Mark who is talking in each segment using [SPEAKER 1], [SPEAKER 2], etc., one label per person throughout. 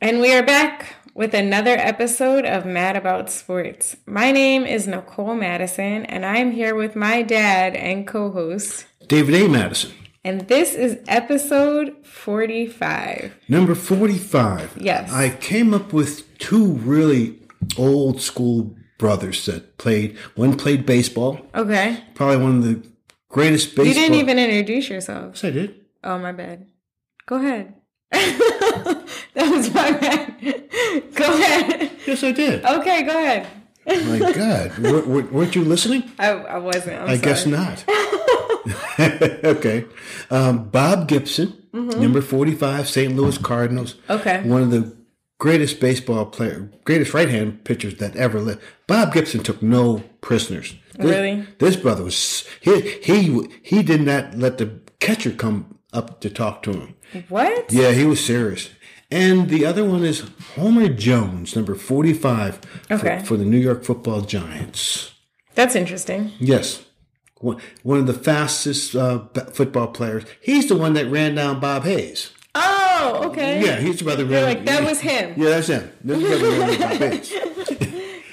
[SPEAKER 1] And we are back with another episode of Mad About Sports. My name is Nicole Madison, and I am here with my dad and co host.
[SPEAKER 2] David A. Madison,
[SPEAKER 1] And this is episode 45.
[SPEAKER 2] number 45.
[SPEAKER 1] Yes.
[SPEAKER 2] I came up with two really old school brothers that played, one played baseball,
[SPEAKER 1] Okay.
[SPEAKER 2] probably one of the greatest baseball.
[SPEAKER 1] You didn't even introduce yourself.
[SPEAKER 2] Yes, I did.
[SPEAKER 1] Oh, my bad. Go ahead. that was my bad. Go ahead.
[SPEAKER 2] Yes, I did.
[SPEAKER 1] Okay, go ahead. Oh.
[SPEAKER 2] My God. Were, were, weren't you listening?
[SPEAKER 1] I, I wasn't. I'm
[SPEAKER 2] I guess
[SPEAKER 1] sorry.
[SPEAKER 2] not. okay. Um, Bob Gibson, number 45, St. Louis Cardinals.
[SPEAKER 1] Mm-hmm. Okay.
[SPEAKER 2] One of the greatest baseball player, greatest right hand pitchers that ever lived. Bob Gibson took no prisoners. This,
[SPEAKER 1] Really?
[SPEAKER 2] This brother was he he he did not let the catcher come up to talk to him.
[SPEAKER 1] What?
[SPEAKER 2] Yeah, he was serious. And the other one is Homer Jones, number 45 for-
[SPEAKER 1] Okay.
[SPEAKER 2] for, the New York Football Giants.
[SPEAKER 1] That's interesting.
[SPEAKER 2] Yes. One, one of the fastest uh, b- football players. He's the one that ran down Bob Hayes.
[SPEAKER 1] Oh, okay.
[SPEAKER 2] Yeah, he's the brother that ran
[SPEAKER 1] Like, that was him.
[SPEAKER 2] Yeah, that's him. This is the brother that ran down Bob Hayes.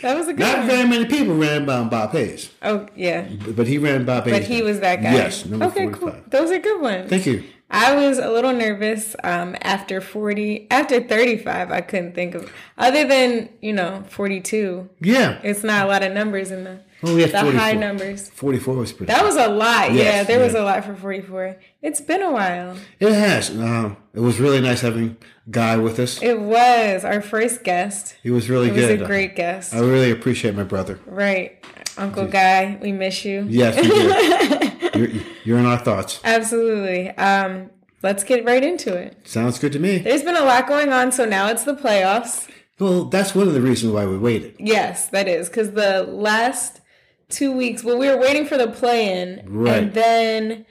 [SPEAKER 1] That was a good
[SPEAKER 2] Not
[SPEAKER 1] one.
[SPEAKER 2] very many people ran down Bob Hayes,
[SPEAKER 1] Oh, yeah.
[SPEAKER 2] but he ran Bob Hayes.
[SPEAKER 1] But he was that guy.
[SPEAKER 2] Yes, number
[SPEAKER 1] okay,
[SPEAKER 2] 45.
[SPEAKER 1] cool. Those are good ones.
[SPEAKER 2] Thank you.
[SPEAKER 1] I was a little nervous um, after 40, after 35, I couldn't think of, other than, you know, 42.
[SPEAKER 2] Yeah.
[SPEAKER 1] It's not a lot of numbers in the,
[SPEAKER 2] Oh, yeah,
[SPEAKER 1] the high
[SPEAKER 2] 44.
[SPEAKER 1] numbers.
[SPEAKER 2] 44 was pretty.
[SPEAKER 1] That was a lot. yeah,
[SPEAKER 2] Yes,
[SPEAKER 1] there was
[SPEAKER 2] yeah.
[SPEAKER 1] a lot for 44. It's been a while.
[SPEAKER 2] it has. Um, it was really nice having Guy with us.
[SPEAKER 1] It was our first guest.
[SPEAKER 2] He was really
[SPEAKER 1] It was
[SPEAKER 2] good.
[SPEAKER 1] a great guest.
[SPEAKER 2] I really appreciate my brother.
[SPEAKER 1] Right. Uncle Guy, we miss you.
[SPEAKER 2] Yes, you did. you're, you're in our thoughts.
[SPEAKER 1] Absolutely. Um, let's get right into it.
[SPEAKER 2] Sounds good to me.
[SPEAKER 1] There's been a lot going on, so now it's the playoffs.
[SPEAKER 2] Well, that's one of the reasons why we waited.
[SPEAKER 1] Yes, that is because the last two weeks, well, we were waiting for the play in,
[SPEAKER 2] Right.
[SPEAKER 1] and then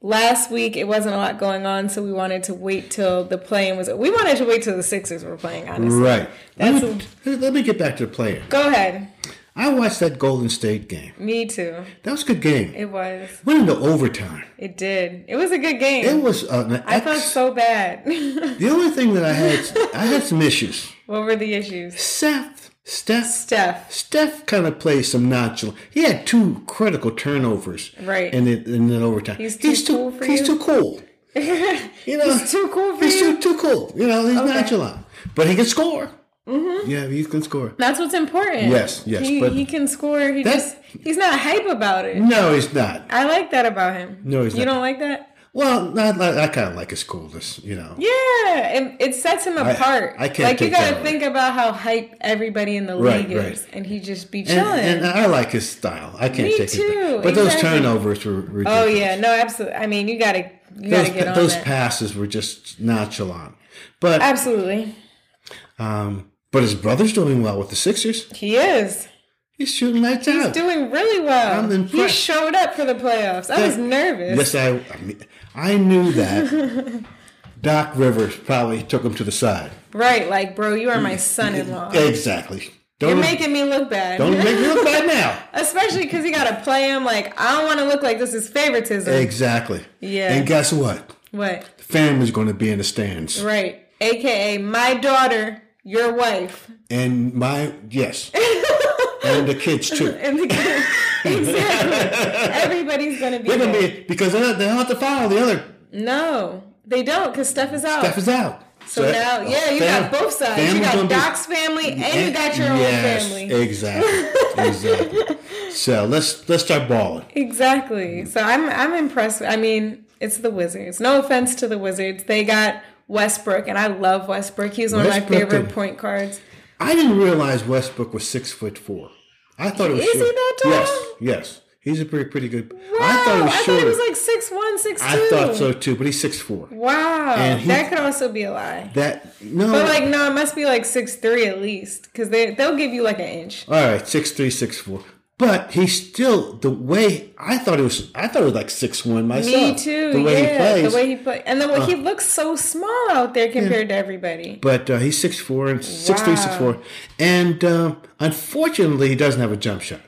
[SPEAKER 1] last week it wasn't a lot going on, so we wanted to wait till the play in was. We wanted to wait till the Sixers were playing. Honestly,
[SPEAKER 2] Right.
[SPEAKER 1] That's-
[SPEAKER 2] let, me, let me get back to the player.
[SPEAKER 1] go ahead.
[SPEAKER 2] I watched that Golden State game.
[SPEAKER 1] Me too.
[SPEAKER 2] That was a good game.
[SPEAKER 1] It was.
[SPEAKER 2] Went into overtime.
[SPEAKER 1] It did. It was a good
[SPEAKER 2] It
[SPEAKER 1] game.
[SPEAKER 2] was an
[SPEAKER 1] I felt
[SPEAKER 2] ex-
[SPEAKER 1] so bad.
[SPEAKER 2] The only thing that I had, I had some issues.
[SPEAKER 1] what were the issues?
[SPEAKER 2] Seth, Steph,
[SPEAKER 1] Steph.
[SPEAKER 2] Steph kind of plays some nonchalant. He had two critical turnovers,
[SPEAKER 1] Right.
[SPEAKER 2] In it in that overtime,
[SPEAKER 1] He's too cool for
[SPEAKER 2] he's
[SPEAKER 1] you?
[SPEAKER 2] too cool. You know,
[SPEAKER 1] It's too cool for
[SPEAKER 2] he's
[SPEAKER 1] you.
[SPEAKER 2] too, too cool. You know, he's nonchalant, but he can score. Mm-hmm. Yeah, he can score.
[SPEAKER 1] That's what's important.
[SPEAKER 2] Yes, yes,
[SPEAKER 1] He,
[SPEAKER 2] but-
[SPEAKER 1] he can score. He
[SPEAKER 2] That's-
[SPEAKER 1] just he's not hype about it.
[SPEAKER 2] No, he's not.
[SPEAKER 1] I like that about him.
[SPEAKER 2] No, he's
[SPEAKER 1] you
[SPEAKER 2] not.
[SPEAKER 1] don't like that.
[SPEAKER 2] Well, not, I, I kind of like his coolness. You know,
[SPEAKER 1] Yeah, it, it sets him apart.
[SPEAKER 2] I can't
[SPEAKER 1] like you
[SPEAKER 2] take
[SPEAKER 1] gotta
[SPEAKER 2] that away.
[SPEAKER 1] think about how hype everybody in the
[SPEAKER 2] Right,
[SPEAKER 1] league is,
[SPEAKER 2] right.
[SPEAKER 1] and he just be
[SPEAKER 2] and,
[SPEAKER 1] chilling.
[SPEAKER 2] and I like his style. I can't
[SPEAKER 1] Me
[SPEAKER 2] take it.
[SPEAKER 1] too,
[SPEAKER 2] back. But those
[SPEAKER 1] exactly.
[SPEAKER 2] turnovers were ridiculous.
[SPEAKER 1] oh yeah, no, absolutely. I mean, you gotta you
[SPEAKER 2] those,
[SPEAKER 1] gotta get on
[SPEAKER 2] those
[SPEAKER 1] that.
[SPEAKER 2] passes were just nonchalant. But
[SPEAKER 1] absolutely,
[SPEAKER 2] Um, but his brother's doing well with the Sixers.
[SPEAKER 1] he is.
[SPEAKER 2] He's shooting lights out.
[SPEAKER 1] He's doing really well.
[SPEAKER 2] I'm
[SPEAKER 1] he
[SPEAKER 2] impressed.
[SPEAKER 1] showed up for the playoffs. I was nervous.
[SPEAKER 2] yes, I, I, mean, I knew that. Doc Rivers probably took him to the side.
[SPEAKER 1] Right, like bro, you are my son-in-law.
[SPEAKER 2] Exactly. Mm. Don't
[SPEAKER 1] Oh. You're making me look bad.
[SPEAKER 2] don't make me look bad now.
[SPEAKER 1] Especially because he got to play him. Like, I don't want to look like this is favoritism.
[SPEAKER 2] Exactly.
[SPEAKER 1] Yeah.
[SPEAKER 2] And guess what?
[SPEAKER 1] What?
[SPEAKER 2] The family's going to be in the stands.
[SPEAKER 1] Right. AKA my daughter, your wife.
[SPEAKER 2] And my yes, and the kids too.
[SPEAKER 1] And the exactly. Everybody's going to be
[SPEAKER 2] They're going to
[SPEAKER 1] there.
[SPEAKER 2] be because they don't they don't have to follow the other
[SPEAKER 1] No, they don't because Steph is out.
[SPEAKER 2] stuff is out.
[SPEAKER 1] so now, yeah, you
[SPEAKER 2] fam-
[SPEAKER 1] got both sides. You
[SPEAKER 2] family's
[SPEAKER 1] got
[SPEAKER 2] gonna be-
[SPEAKER 1] Doc's family and you got your
[SPEAKER 2] Yes,
[SPEAKER 1] own family.
[SPEAKER 2] Exactly. exactly. So let's let's start balling.
[SPEAKER 1] Exactly. So I'm I'm impressed. I mean, it's the Wizards. No offense to the Wizards. They got Westbrook, and I love Westbrook. He's one of my
[SPEAKER 2] Westbrook
[SPEAKER 1] favorite
[SPEAKER 2] can-
[SPEAKER 1] point guards.
[SPEAKER 2] I didn't realize Westbrook was six foot four. I thought it was
[SPEAKER 1] Is he
[SPEAKER 2] short-
[SPEAKER 1] that tall?
[SPEAKER 2] Yes, yes. He's a pretty pretty good.
[SPEAKER 1] Wow,
[SPEAKER 2] I thought he was shorter.
[SPEAKER 1] like six one, six two.
[SPEAKER 2] I thought so too, but he's six four.
[SPEAKER 1] Wow,
[SPEAKER 2] And he-
[SPEAKER 1] that could also be a lie.
[SPEAKER 2] That no.
[SPEAKER 1] But like, no, it must be like six three at least, because they they'll give you like an inch.
[SPEAKER 2] All right, six three, six four. But he's still the way I thought it was. I thought it was like six one myself.
[SPEAKER 1] Me too.
[SPEAKER 2] The way
[SPEAKER 1] yeah,
[SPEAKER 2] he plays. Uh.
[SPEAKER 1] the way he plays, and then he looks so small out there compared to everybody.
[SPEAKER 2] but uh, he's six four and six three, six four, and um, unfortunately, he doesn't have a jump shot.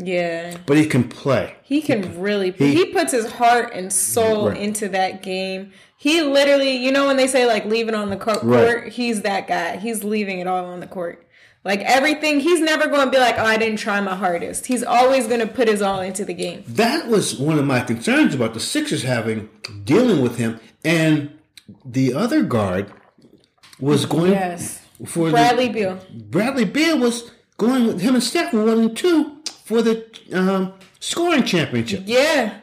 [SPEAKER 1] Yeah.
[SPEAKER 2] but he can play.
[SPEAKER 1] He can really. He, puts his heart and soul
[SPEAKER 2] Right.
[SPEAKER 1] into that game. He literally, you know, when they say like leave it on the court,
[SPEAKER 2] Right.
[SPEAKER 1] court, he's that guy. He's leaving it all on the court. Like everything, he's never going to be like, "Oh, I didn't try my hardest." He's always going to put his all into the game.
[SPEAKER 2] That was one of my concerns about the Sixers having dealing with him, and the other guard was going
[SPEAKER 1] Yes,
[SPEAKER 2] for
[SPEAKER 1] Bradley Beal.
[SPEAKER 2] The, Bradley Beal was going with him and Steph were one and two for the um, scoring championship.
[SPEAKER 1] Yeah,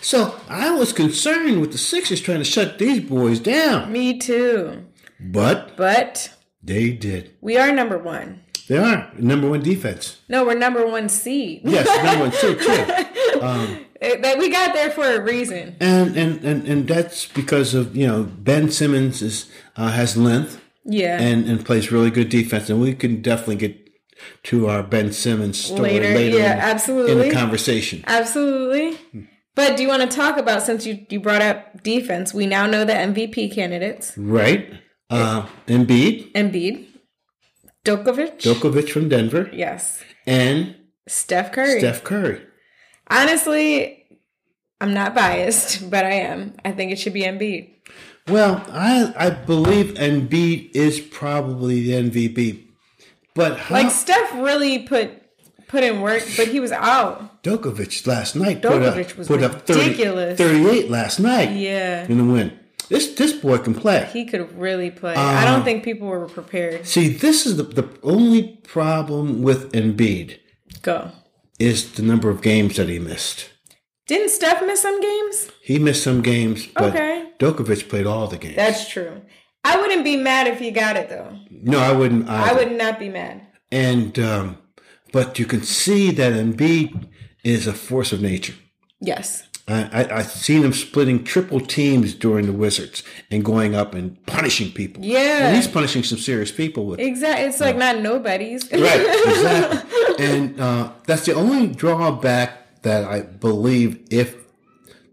[SPEAKER 2] So I was concerned with the Sixers trying to shut these boys down,
[SPEAKER 1] me too.
[SPEAKER 2] but
[SPEAKER 1] But
[SPEAKER 2] they did.
[SPEAKER 1] we are number one.
[SPEAKER 2] They are number one defense.
[SPEAKER 1] No, we're number one seed.
[SPEAKER 2] Yes, number one too. too.
[SPEAKER 1] It- Eh, That we got there for a reason.
[SPEAKER 2] And, and and and that's because of you know Ben Simmons is uh, has length
[SPEAKER 1] Yeah.
[SPEAKER 2] and and plays really good defense, and we can definitely get to our Ben Simmons story
[SPEAKER 1] Later,
[SPEAKER 2] later,
[SPEAKER 1] yeah,
[SPEAKER 2] in,
[SPEAKER 1] absolutely.
[SPEAKER 2] in the conversation.
[SPEAKER 1] Absolutely. But do you want to talk about since you, you brought up defense? We now know the MVP candidates:
[SPEAKER 2] Right, uh, Embiid,
[SPEAKER 1] Embiid, Djokovic,
[SPEAKER 2] Djokovic from Denver,
[SPEAKER 1] yes,
[SPEAKER 2] and
[SPEAKER 1] Steph Curry.
[SPEAKER 2] Steph Curry.
[SPEAKER 1] Honestly, I'm not biased, but I am. I think it should be Embiid.
[SPEAKER 2] Well, I I believe Embiid is probably the MVP, but how,
[SPEAKER 1] Like Steph really put put in work, but he was out.
[SPEAKER 2] Djokovic last night put
[SPEAKER 1] Djokovic
[SPEAKER 2] up
[SPEAKER 1] was
[SPEAKER 2] put up 30,
[SPEAKER 1] ridiculous.
[SPEAKER 2] 38 last night
[SPEAKER 1] Yeah,
[SPEAKER 2] in the win. This this boy can play.
[SPEAKER 1] he could really play. I
[SPEAKER 2] Uh.
[SPEAKER 1] don't think people were prepared.
[SPEAKER 2] See, this is the, the only problem with Embiid
[SPEAKER 1] Go.
[SPEAKER 2] is the number of games that he missed.
[SPEAKER 1] Didn't Steph miss some games?
[SPEAKER 2] He missed some games, but
[SPEAKER 1] Okay.
[SPEAKER 2] Djokovic played all the games.
[SPEAKER 1] That's true. I wouldn't be mad if he got it though.
[SPEAKER 2] no, I wouldn't. Either.
[SPEAKER 1] I would not be mad.
[SPEAKER 2] And um, but you can see that Embiid is a force of nature.
[SPEAKER 1] Yes.
[SPEAKER 2] I, I, I've seen him splitting triple teams during the Wizards and going up and punishing people.
[SPEAKER 1] Yeah.
[SPEAKER 2] and he's punishing some serious people with
[SPEAKER 1] Exactly. It's like not nobody's.
[SPEAKER 2] Right, exactly. and uh, that's the only drawback that I believe if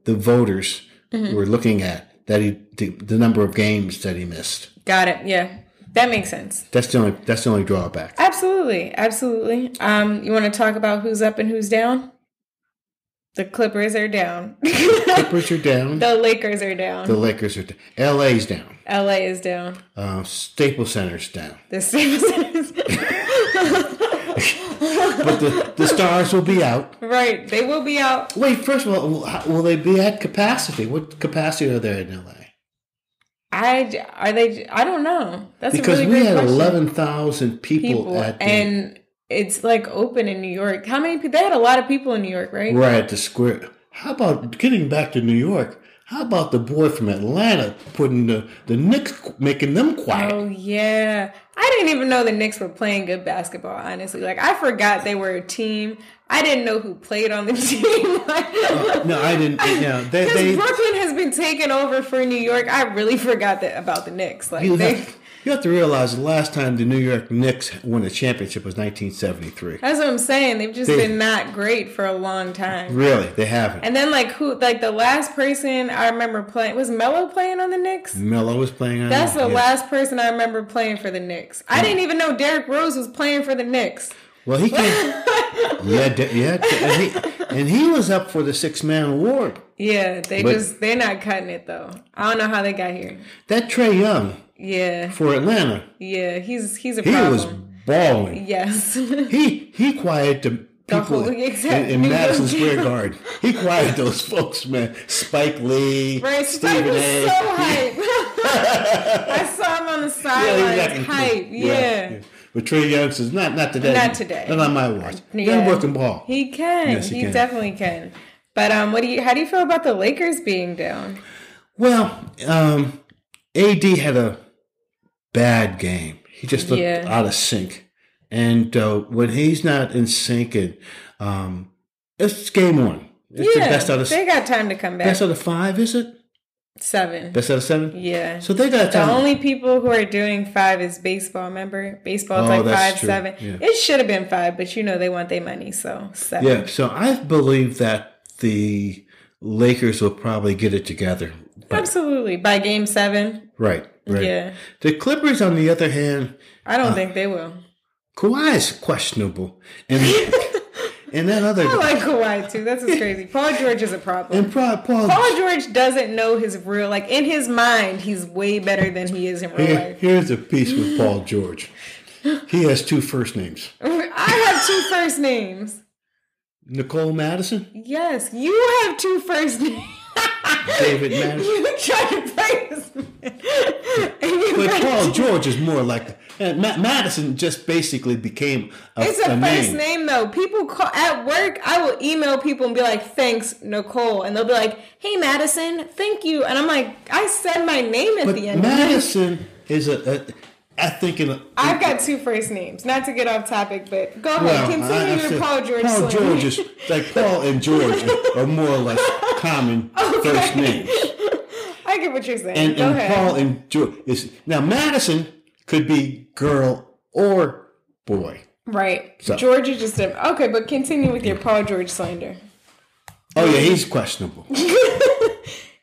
[SPEAKER 2] the voters were looking at that he the, the number of games that he missed.
[SPEAKER 1] Got it. Yeah. That makes sense.
[SPEAKER 2] That's the only that's the only drawback.
[SPEAKER 1] Absolutely. Absolutely. Um, you want to talk about who's up and who's down? The Clippers are down. the
[SPEAKER 2] Clippers are down.
[SPEAKER 1] Lakers are down.
[SPEAKER 2] The Lakers are down. LA's down.
[SPEAKER 1] LA is down.
[SPEAKER 2] Uh, Staples Center's down.
[SPEAKER 1] The Sixers.
[SPEAKER 2] But the, the stars will be out.
[SPEAKER 1] right. They will be out.
[SPEAKER 2] Wait, first of all, will- how- will they be at capacity? What capacity are there in LA?
[SPEAKER 1] I j- are they? I don't know. That's
[SPEAKER 2] Because
[SPEAKER 1] a really
[SPEAKER 2] we
[SPEAKER 1] great
[SPEAKER 2] had
[SPEAKER 1] question.
[SPEAKER 2] eleven thousand people,
[SPEAKER 1] people,
[SPEAKER 2] at the,
[SPEAKER 1] and it's like open in New York. How many people? They had a lot of people in New York, right?
[SPEAKER 2] Right at the square. How about getting back to New York? How about the boy from Atlanta putting the the Knicks, making them quiet?
[SPEAKER 1] Oh yeah, I didn't even know the Knicks were playing good basketball. Honestly, like I forgot they were a team. I didn't know who played on the team. Like,
[SPEAKER 2] No, I didn't. Yeah, they,
[SPEAKER 1] because
[SPEAKER 2] they
[SPEAKER 1] Brooklyn has been taken over for New York. I really forgot that about the Knicks. Like
[SPEAKER 2] you
[SPEAKER 1] they,
[SPEAKER 2] have, you have to realize the last time the New York Knicks won a championship was 1973.
[SPEAKER 1] that's what I'm saying. They've just
[SPEAKER 2] They-
[SPEAKER 1] been not great for a long time.
[SPEAKER 2] Really, they haven't.
[SPEAKER 1] And then like who? Like the last person I remember playing was Melo playing on the Knicks.
[SPEAKER 2] Melo was playing. on
[SPEAKER 1] That's
[SPEAKER 2] it,
[SPEAKER 1] the
[SPEAKER 2] Mm, yeah. Mm.
[SPEAKER 1] last person I remember playing for the Knicks. I didn't even know Derrick Rose was playing for the Knicks.
[SPEAKER 2] Well, he came. yeah, de- yeah, de- and he, and he was up for the six man award.
[SPEAKER 1] Yeah, they
[SPEAKER 2] But-
[SPEAKER 1] just they're not cutting it though. I don't know how they got here.
[SPEAKER 2] That Trey Young
[SPEAKER 1] Yeah,
[SPEAKER 2] for Atlanta,
[SPEAKER 1] yeah, he's he's a
[SPEAKER 2] he
[SPEAKER 1] problem.
[SPEAKER 2] was balling.
[SPEAKER 1] yes,
[SPEAKER 2] He he quieted the people
[SPEAKER 1] whole-
[SPEAKER 2] in,
[SPEAKER 1] exactly.
[SPEAKER 2] in Madison Square Garden. He quieted those folks, man. Spike Lee,
[SPEAKER 1] right. Spike
[SPEAKER 2] Stephen
[SPEAKER 1] was
[SPEAKER 2] A.
[SPEAKER 1] so hype. I saw him on the sidelines,
[SPEAKER 2] acting-
[SPEAKER 1] hype. Yeah.
[SPEAKER 2] But Trey Young says, not not today.
[SPEAKER 1] Not today.
[SPEAKER 2] Not on my watch. He
[SPEAKER 1] Yeah.
[SPEAKER 2] can work working ball.
[SPEAKER 1] he can.
[SPEAKER 2] Yes,
[SPEAKER 1] he
[SPEAKER 2] he can.
[SPEAKER 1] definitely can. But um, what do you? How do you feel about the Lakers being down?
[SPEAKER 2] well, um, AD had a bad game. He just looked
[SPEAKER 1] Yeah.
[SPEAKER 2] out of sync. And uh, when he's not in sync, and um, it's game one. It's
[SPEAKER 1] yeah,
[SPEAKER 2] the best out of
[SPEAKER 1] they got time to come back.
[SPEAKER 2] best out of five, is it?
[SPEAKER 1] Seven.
[SPEAKER 2] Best out of seven.
[SPEAKER 1] yeah.
[SPEAKER 2] So they got
[SPEAKER 1] The
[SPEAKER 2] time.
[SPEAKER 1] only people who are doing five is baseball. Remember, baseball's
[SPEAKER 2] Oh,
[SPEAKER 1] like
[SPEAKER 2] that's
[SPEAKER 1] five,
[SPEAKER 2] true.
[SPEAKER 1] seven.
[SPEAKER 2] Yeah.
[SPEAKER 1] It should have been five, but you know they want their money, so seven.
[SPEAKER 2] Yeah, so I believe that the Lakers will probably get it together.
[SPEAKER 1] Absolutely, by game seven.
[SPEAKER 2] Right, right. Uh.
[SPEAKER 1] Yeah,
[SPEAKER 2] The Clippers, on the other hand,
[SPEAKER 1] I don't think they will.
[SPEAKER 2] Kawhi is questionable, and And that other
[SPEAKER 1] I like Kawhi too. That's just crazy. Paul George is a problem.
[SPEAKER 2] and Paul, Paul
[SPEAKER 1] Paul George doesn't know his real like in his mind he's way better than he is in real
[SPEAKER 2] here,
[SPEAKER 1] life.
[SPEAKER 2] here's a piece with Paul George. He has two first names.
[SPEAKER 1] I have two first names.
[SPEAKER 2] Nicole Madison?
[SPEAKER 1] Yes, you have two first names.
[SPEAKER 2] David Madison.
[SPEAKER 1] You try to play this man. And you
[SPEAKER 2] But
[SPEAKER 1] got
[SPEAKER 2] Paul
[SPEAKER 1] two-
[SPEAKER 2] George is more like and Ma- Madison just basically became a,
[SPEAKER 1] It's a,
[SPEAKER 2] a
[SPEAKER 1] first
[SPEAKER 2] name.
[SPEAKER 1] name. though. People call at work. I will email people and be like, "Thanks, Nicole," and they'll be like, "Hey, Madison, thank you." And I'm like, I said my name at
[SPEAKER 2] But
[SPEAKER 1] the end.
[SPEAKER 2] Madison is a, a I think in a,
[SPEAKER 1] I've got two first names. Not to get off topic, but go
[SPEAKER 2] well,
[SPEAKER 1] ahead.
[SPEAKER 2] I- I
[SPEAKER 1] Continue your
[SPEAKER 2] said
[SPEAKER 1] Paul George. slang.
[SPEAKER 2] Paul George is like Paul and George are more or less common first names.
[SPEAKER 1] I get what you're saying.
[SPEAKER 2] And,
[SPEAKER 1] go
[SPEAKER 2] and
[SPEAKER 1] ahead.
[SPEAKER 2] Paul and George is now Madison could be girl or boy.
[SPEAKER 1] right.
[SPEAKER 2] So-
[SPEAKER 1] George is just a okay, but continue with your Paul George slander.
[SPEAKER 2] Oh yeah, he's questionable.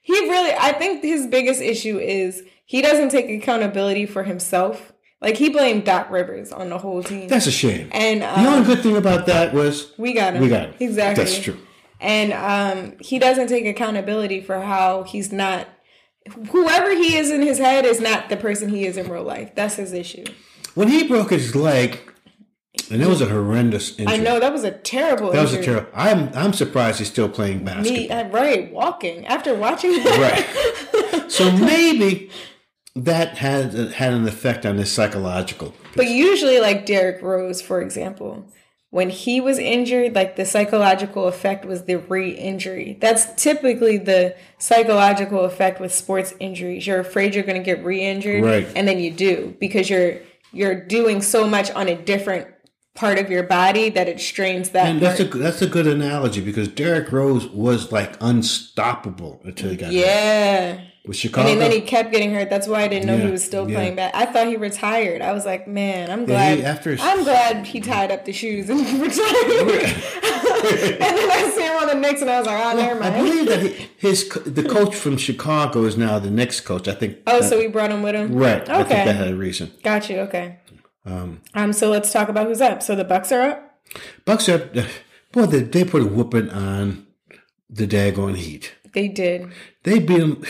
[SPEAKER 1] he really i think his biggest issue is he doesn't take accountability for himself like he blamed doc rivers on the whole team
[SPEAKER 2] That's a shame.
[SPEAKER 1] and
[SPEAKER 2] the only
[SPEAKER 1] um,
[SPEAKER 2] good thing about that was
[SPEAKER 1] we got him
[SPEAKER 2] we got him.
[SPEAKER 1] exactly
[SPEAKER 2] That's true.
[SPEAKER 1] and um, he doesn't take accountability for how he's not whoever he is in his head is not the person he is in real life that's his issue
[SPEAKER 2] When he broke his leg, and it was a horrendous injury.
[SPEAKER 1] i know that was a terrible
[SPEAKER 2] that was a
[SPEAKER 1] injury.
[SPEAKER 2] terrible. I'm I'm surprised he's still playing
[SPEAKER 1] Me-
[SPEAKER 2] basketball.
[SPEAKER 1] uh, right walking after watching that
[SPEAKER 2] right. So maybe that had had an effect on his psychological.
[SPEAKER 1] But usually, like Derrick Rose, for example, when he was injured, like the psychological effect was the re injury. That's typically the psychological effect with sports injuries. You're afraid you're going to get re injured,
[SPEAKER 2] Right.
[SPEAKER 1] and then you do because you're you're doing so much on a different part of your body that it strains that.
[SPEAKER 2] And that's a
[SPEAKER 1] part.
[SPEAKER 2] that's a good analogy because Derrick Rose was like unstoppable until he got hurt.
[SPEAKER 1] yeah. And
[SPEAKER 2] with Chicago.
[SPEAKER 1] then he kept getting hurt. That's why I didn't know
[SPEAKER 2] Yeah,
[SPEAKER 1] he was still
[SPEAKER 2] yeah.
[SPEAKER 1] playing back. I thought he retired. I was like, man, I'm
[SPEAKER 2] Yeah,
[SPEAKER 1] glad.
[SPEAKER 2] he- after his-
[SPEAKER 1] I'm glad he tied up the shoes and retired. and then I see him on the Knicks, and I was like, oh, never
[SPEAKER 2] I
[SPEAKER 1] mind.
[SPEAKER 2] believe that he, his co- the coach from Chicago is now the next coach. I think.
[SPEAKER 1] Oh, so we brought him with him.
[SPEAKER 2] right. I think that
[SPEAKER 1] Okay.
[SPEAKER 2] had a reason.
[SPEAKER 1] Got you. Okay. Um, So let's talk about who's up. So the Bucks are up.
[SPEAKER 2] Bucks up. Boy, they, they put a whooping on the daggone Heat.
[SPEAKER 1] They did.
[SPEAKER 2] They beat them.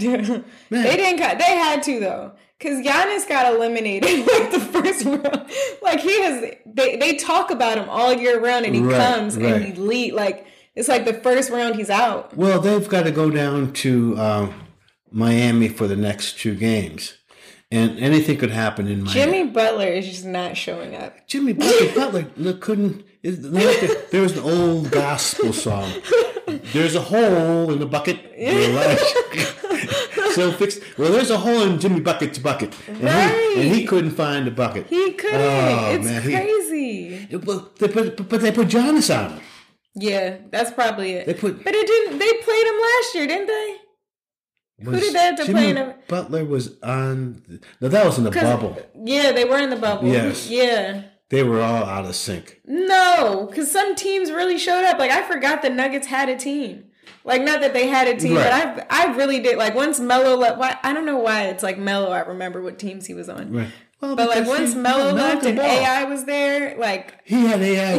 [SPEAKER 1] They didn't. Cut. They had to though, because Giannis got eliminated like the first round. Like he has. They they talk about him all year round, and he
[SPEAKER 2] Right,
[SPEAKER 1] comes
[SPEAKER 2] right.
[SPEAKER 1] and he lead. Like it's like the first round he's out.
[SPEAKER 2] Well, they've got to go down to um, Miami for the next two games, and anything could happen in Miami.
[SPEAKER 1] Jimmy Butler is just not showing up.
[SPEAKER 2] Jimmy Butler, Butler look, couldn't. Is, look, there was an old gospel song. There's a hole in the bucket. You're right. so fix. Well, there's a hole in Jimmy Bucket's bucket, and, he, and he
[SPEAKER 1] Right.
[SPEAKER 2] couldn't find the bucket.
[SPEAKER 1] He couldn't.
[SPEAKER 2] Oh,
[SPEAKER 1] it's
[SPEAKER 2] man, he-
[SPEAKER 1] crazy.
[SPEAKER 2] But they put, but they put Giannis on him.
[SPEAKER 1] yeah, that's probably it.
[SPEAKER 2] They put-
[SPEAKER 1] but it didn't. They played him last year, didn't they?
[SPEAKER 2] Was
[SPEAKER 1] did they have to
[SPEAKER 2] Jimmy
[SPEAKER 1] play in a-
[SPEAKER 2] Butler was on. No, that was in the
[SPEAKER 1] 'Cause-
[SPEAKER 2] bubble.
[SPEAKER 1] Yeah, they were in the bubble.
[SPEAKER 2] Yes.
[SPEAKER 1] Yeah.
[SPEAKER 2] They were all out of sync.
[SPEAKER 1] No, because some teams really showed up. Like I forgot the Nuggets had a team. Like not that they had a team,
[SPEAKER 2] Right.
[SPEAKER 1] but I I really did. Like once Melo left, why, I don't know why it's like Melo. I remember what teams he was on.
[SPEAKER 2] Right. Well,
[SPEAKER 1] But like
[SPEAKER 2] because
[SPEAKER 1] once
[SPEAKER 2] he-
[SPEAKER 1] Melo
[SPEAKER 2] Melo
[SPEAKER 1] left
[SPEAKER 2] could
[SPEAKER 1] and
[SPEAKER 2] ball.
[SPEAKER 1] AI was there, like
[SPEAKER 2] He had AI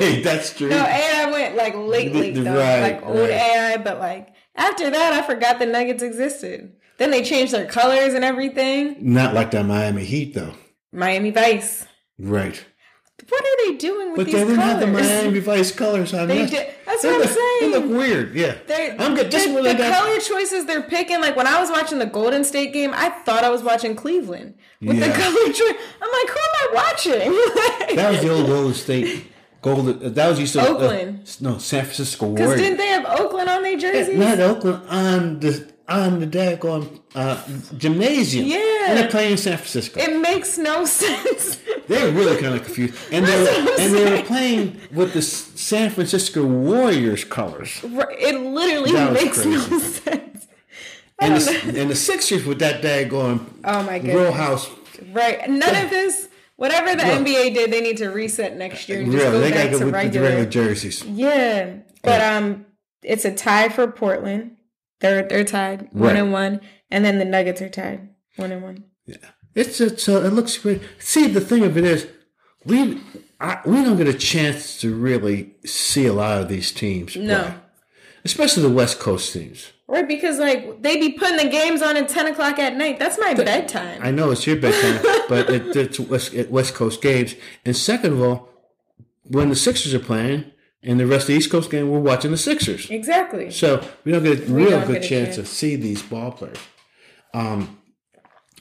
[SPEAKER 2] him. That's true.
[SPEAKER 1] No, AI went like late, late though,
[SPEAKER 2] Right,
[SPEAKER 1] like old
[SPEAKER 2] right.
[SPEAKER 1] AI. But like after that, I forgot the Nuggets existed. Then they changed their colors and everything.
[SPEAKER 2] Not like that Miami Heat though.
[SPEAKER 1] Miami Vice.
[SPEAKER 2] Right.
[SPEAKER 1] What are they doing with
[SPEAKER 2] But they
[SPEAKER 1] these
[SPEAKER 2] didn't have the
[SPEAKER 1] colors?
[SPEAKER 2] Miami Vice colors on.
[SPEAKER 1] They
[SPEAKER 2] yes.
[SPEAKER 1] did- that's
[SPEAKER 2] They
[SPEAKER 1] what I'm
[SPEAKER 2] look-
[SPEAKER 1] saying.
[SPEAKER 2] They look weird. Yeah.
[SPEAKER 1] They're-
[SPEAKER 2] I'm good. Just
[SPEAKER 1] the,
[SPEAKER 2] when
[SPEAKER 1] the
[SPEAKER 2] I got-
[SPEAKER 1] color choices they're picking. Like when I was watching the Golden State game, I thought I was watching Cleveland with the
[SPEAKER 2] Yeah.
[SPEAKER 1] color choice. I'm like, who am I watching?
[SPEAKER 2] That was the old Golden State. Golden. uh, That was used to uh,
[SPEAKER 1] Oakland.
[SPEAKER 2] no, San Francisco
[SPEAKER 1] because
[SPEAKER 2] Warriors.
[SPEAKER 1] didn't they have Oakland on their jerseys?
[SPEAKER 2] Not Oakland on the on the daggone uh, gymnasium.
[SPEAKER 1] Yeah.
[SPEAKER 2] And they're playing in San Francisco.
[SPEAKER 1] it makes no sense.
[SPEAKER 2] They were really kind of confused, and they
[SPEAKER 1] That's what
[SPEAKER 2] were,
[SPEAKER 1] I'm
[SPEAKER 2] and they were
[SPEAKER 1] saying.
[SPEAKER 2] playing with the S- San Francisco Warriors colors,
[SPEAKER 1] it literally
[SPEAKER 2] That was
[SPEAKER 1] makes no sense. I
[SPEAKER 2] and
[SPEAKER 1] don't
[SPEAKER 2] the,
[SPEAKER 1] know.
[SPEAKER 2] S- and the Sixers with that daggone
[SPEAKER 1] Oh my goodness.
[SPEAKER 2] Real House.
[SPEAKER 1] Right. None of this. Whatever the NBA did, they need to reset next year and just
[SPEAKER 2] Real,
[SPEAKER 1] go
[SPEAKER 2] they got
[SPEAKER 1] back
[SPEAKER 2] to
[SPEAKER 1] to
[SPEAKER 2] go with the
[SPEAKER 1] regular.
[SPEAKER 2] regular jerseys.
[SPEAKER 1] Yeah, but um, it's a tie for Portland. They're they're tied one
[SPEAKER 2] Right.
[SPEAKER 1] and one, and then the Nuggets are tied one and one.
[SPEAKER 2] It's it's uh, it looks great. See, the thing of it is, we I, we don't get a chance to really see a lot of these teams.
[SPEAKER 1] No.
[SPEAKER 2] play. especially the West Coast teams.
[SPEAKER 1] Right, because like they be putting the games on at ten o'clock at night. That's my bedtime.
[SPEAKER 2] I know it's your bedtime, but it, it's West, it West Coast games. And second of all, when the Sixers are playing and the rest of the East Coast game, we're watching the Sixers.
[SPEAKER 1] exactly.
[SPEAKER 2] So we don't get a real
[SPEAKER 1] don't
[SPEAKER 2] good
[SPEAKER 1] get a
[SPEAKER 2] chance
[SPEAKER 1] chance.
[SPEAKER 2] to see these ball players.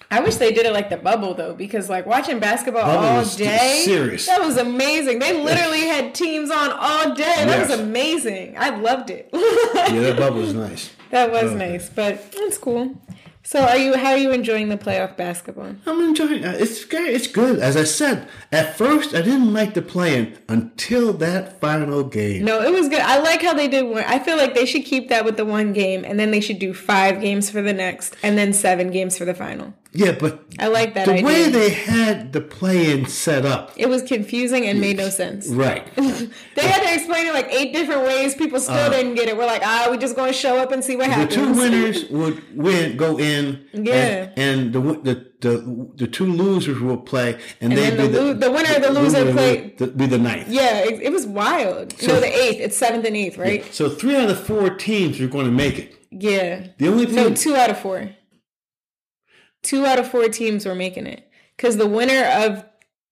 [SPEAKER 1] I wish they did it like the bubble though, because like watching basketball
[SPEAKER 2] Bubble
[SPEAKER 1] all
[SPEAKER 2] was
[SPEAKER 1] day.
[SPEAKER 2] serious.
[SPEAKER 1] That was amazing. They literally had teams on all day. That
[SPEAKER 2] Yes.
[SPEAKER 1] was amazing. I loved it.
[SPEAKER 2] Yeah, Oh. that bubble is nice.
[SPEAKER 1] that was nice, but it's cool. So are you how are you enjoying the playoff basketball?
[SPEAKER 2] I'm enjoying it. It's great. It's good. As I said, at first I didn't like the playing until that final game.
[SPEAKER 1] No, it was good. I like how they did one. I feel like they should keep that with the one game and then they should do 5 games for the next and then 7 games for the final.
[SPEAKER 2] Yeah, but
[SPEAKER 1] I like that
[SPEAKER 2] the
[SPEAKER 1] idea.
[SPEAKER 2] way they had the play-in set up.
[SPEAKER 1] it was confusing and made no sense.
[SPEAKER 2] Right.
[SPEAKER 1] They had to explain it like eight different ways. People still didn't get it. We're like, ah, we just going to show up and see what
[SPEAKER 2] Uh, the
[SPEAKER 1] happens.
[SPEAKER 2] two winners would win, go in,
[SPEAKER 1] Yeah.
[SPEAKER 2] and, and the, wi- the the the two losers will play, and, they'd
[SPEAKER 1] then the
[SPEAKER 2] be the,
[SPEAKER 1] lo- the winner and the loser
[SPEAKER 2] would
[SPEAKER 1] play-
[SPEAKER 2] the- be the ninth.
[SPEAKER 1] Yeah, it, it was wild.
[SPEAKER 2] So-
[SPEAKER 1] no, the eighth. It's seventh and eighth, right?
[SPEAKER 2] So three out of the four teams are going to make it.
[SPEAKER 1] Yeah.
[SPEAKER 2] The only
[SPEAKER 1] So
[SPEAKER 2] thing,
[SPEAKER 1] two out of four. Two out of four teams were making it because the winner of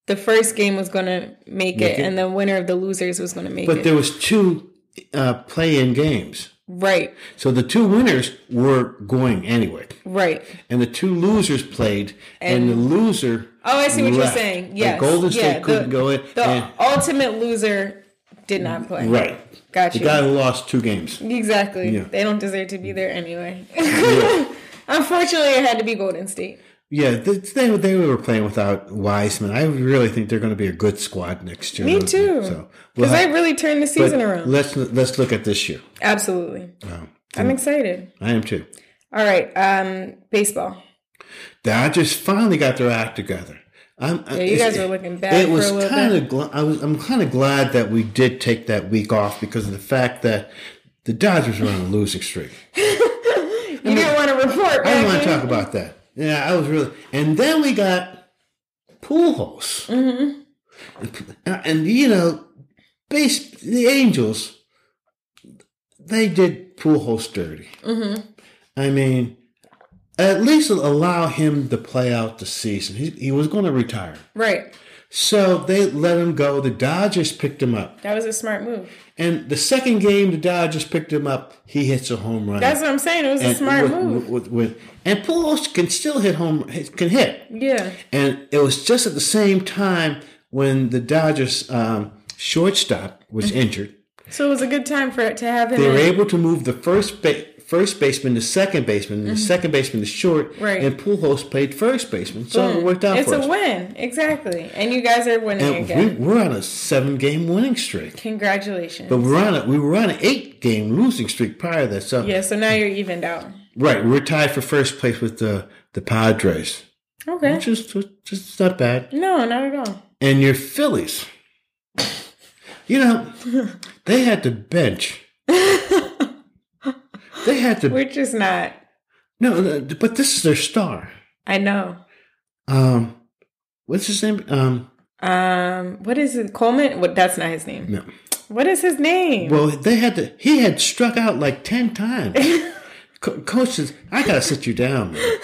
[SPEAKER 1] the first game was going to make,
[SPEAKER 2] Make
[SPEAKER 1] it,
[SPEAKER 2] it.
[SPEAKER 1] and the winner of the losers was going to make
[SPEAKER 2] but
[SPEAKER 1] it.
[SPEAKER 2] there was two uh, play-in games,
[SPEAKER 1] right,
[SPEAKER 2] so the two winners were going anyway,
[SPEAKER 1] right.
[SPEAKER 2] and the two losers played, and, the loser.
[SPEAKER 1] Oh, I see what
[SPEAKER 2] left.
[SPEAKER 1] you're saying.
[SPEAKER 2] The
[SPEAKER 1] Yes.
[SPEAKER 2] Golden State
[SPEAKER 1] yeah,
[SPEAKER 2] couldn't
[SPEAKER 1] the,
[SPEAKER 2] go in,
[SPEAKER 1] The
[SPEAKER 2] and-
[SPEAKER 1] ultimate loser did not play.
[SPEAKER 2] Right.
[SPEAKER 1] Gotcha.
[SPEAKER 2] The guy who lost two games.
[SPEAKER 1] Exactly.
[SPEAKER 2] Yeah.
[SPEAKER 1] They don't deserve to be there anyway.
[SPEAKER 2] Yeah.
[SPEAKER 1] Unfortunately, it had to be Golden State.
[SPEAKER 2] Yeah, th- they they were playing without Wiseman. I really think they're going to be a good squad next year.
[SPEAKER 1] Me too.
[SPEAKER 2] So we'll
[SPEAKER 1] Because
[SPEAKER 2] have-
[SPEAKER 1] they really turned the
[SPEAKER 2] but
[SPEAKER 1] season around.
[SPEAKER 2] let's let's look at this year.
[SPEAKER 1] Absolutely.
[SPEAKER 2] Um,
[SPEAKER 1] I'm excited.
[SPEAKER 2] I am too.
[SPEAKER 1] All right. Um, baseball.
[SPEAKER 2] Dodgers finally got their act together. I'm, yeah,
[SPEAKER 1] you guys were looking bad
[SPEAKER 2] It
[SPEAKER 1] for
[SPEAKER 2] was
[SPEAKER 1] a little
[SPEAKER 2] kind of. Gl- I was. I'm kind of glad that we did take that week off because of the fact that the Dodgers were on a losing streak.
[SPEAKER 1] You didn't want to report.
[SPEAKER 2] I don't
[SPEAKER 1] back
[SPEAKER 2] want to
[SPEAKER 1] in.
[SPEAKER 2] talk about that. Yeah, I was really. And then we got Pujols. Mm-hmm. And, and you know, base the Angels, they did Pujols dirty. Mm-hmm. I mean, at least allow him to play out the season. He, he was going to retire,
[SPEAKER 1] Right.
[SPEAKER 2] so they let him go. The Dodgers picked him up,
[SPEAKER 1] That was a smart move.
[SPEAKER 2] and the second game the Dodgers picked him up. He hits a home run.
[SPEAKER 1] That's what I'm saying. It was a
[SPEAKER 2] And
[SPEAKER 1] smart
[SPEAKER 2] with,
[SPEAKER 1] move.
[SPEAKER 2] With, with, and Pujols can still hit home, can hit.
[SPEAKER 1] Yeah.
[SPEAKER 2] And it was just at the same time when the Dodgers um, shortstop was
[SPEAKER 1] Mm-hmm.
[SPEAKER 2] injured.
[SPEAKER 1] So it was a good time for it to have him.
[SPEAKER 2] They were
[SPEAKER 1] in.
[SPEAKER 2] able to move the first ba- first baseman to second baseman, and the second baseman to short,
[SPEAKER 1] Mm-hmm. Right. Mm.
[SPEAKER 2] and Pujols played first baseman. So it worked out
[SPEAKER 1] It's
[SPEAKER 2] for
[SPEAKER 1] a
[SPEAKER 2] us.
[SPEAKER 1] win. Exactly. And you guys are winning
[SPEAKER 2] And
[SPEAKER 1] again.
[SPEAKER 2] we, we're on a seven game winning streak.
[SPEAKER 1] Congratulations.
[SPEAKER 2] But we're on a, we were on an eight game losing streak prior to that. So
[SPEAKER 1] yeah. So now you're evened out.
[SPEAKER 2] right, we're tied for first place with the the Padres,
[SPEAKER 1] Okay.
[SPEAKER 2] which is which is not bad.
[SPEAKER 1] No, not at all.
[SPEAKER 2] and your Phillies. You know, they had to bench. they had to
[SPEAKER 1] We're just not.
[SPEAKER 2] no, no, but this is their star.
[SPEAKER 1] I know.
[SPEAKER 2] Um, what's his name? Um,
[SPEAKER 1] Um, what is it? Coleman? What? That's not his name.
[SPEAKER 2] no.
[SPEAKER 1] What is his name?
[SPEAKER 2] Well, they had to. He had struck out like ten times. Co- Coach says, "I gotta sit you down." Man.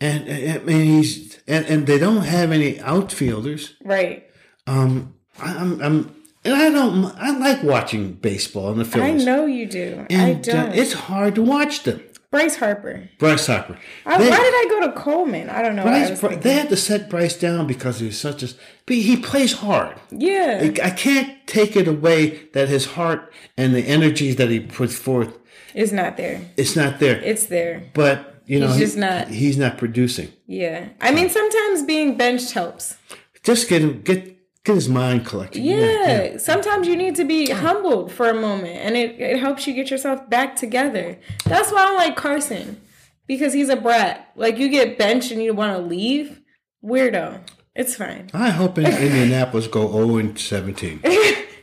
[SPEAKER 2] And, and and he's and, and they don't have any outfielders.
[SPEAKER 1] right.
[SPEAKER 2] Um, I, I'm, I'm and I don't. I like watching baseball in the
[SPEAKER 1] I
[SPEAKER 2] Phillies.
[SPEAKER 1] know you do. I
[SPEAKER 2] And uh,
[SPEAKER 1] don't.
[SPEAKER 2] it's hard to watch them.
[SPEAKER 1] Bryce Harper.
[SPEAKER 2] Bryce Harper.
[SPEAKER 1] I,
[SPEAKER 2] they,
[SPEAKER 1] why did I go to Coleman? I don't know. why I
[SPEAKER 2] Bryce,
[SPEAKER 1] was
[SPEAKER 2] Bry-
[SPEAKER 1] thinking-
[SPEAKER 2] they had to set Bryce down because he's such a. But he plays hard.
[SPEAKER 1] yeah.
[SPEAKER 2] I, I can't take it away that his heart and the energy that he puts forth,
[SPEAKER 1] it's not there.
[SPEAKER 2] it's not there.
[SPEAKER 1] It's there.
[SPEAKER 2] but you know,
[SPEAKER 1] He's
[SPEAKER 2] he-
[SPEAKER 1] just not-
[SPEAKER 2] He's not producing.
[SPEAKER 1] Yeah. I mean, sometimes being benched helps.
[SPEAKER 2] Just get him. Get get his mind collected.
[SPEAKER 1] Yeah. Sometimes you need to be humbled for a moment and it, it helps you get yourself back together. That's why I don't like Carson because he's a brat. Like, you get benched and you want to leave. Weirdo. It's fine.
[SPEAKER 2] I hope in Indianapolis go zero and seventeen.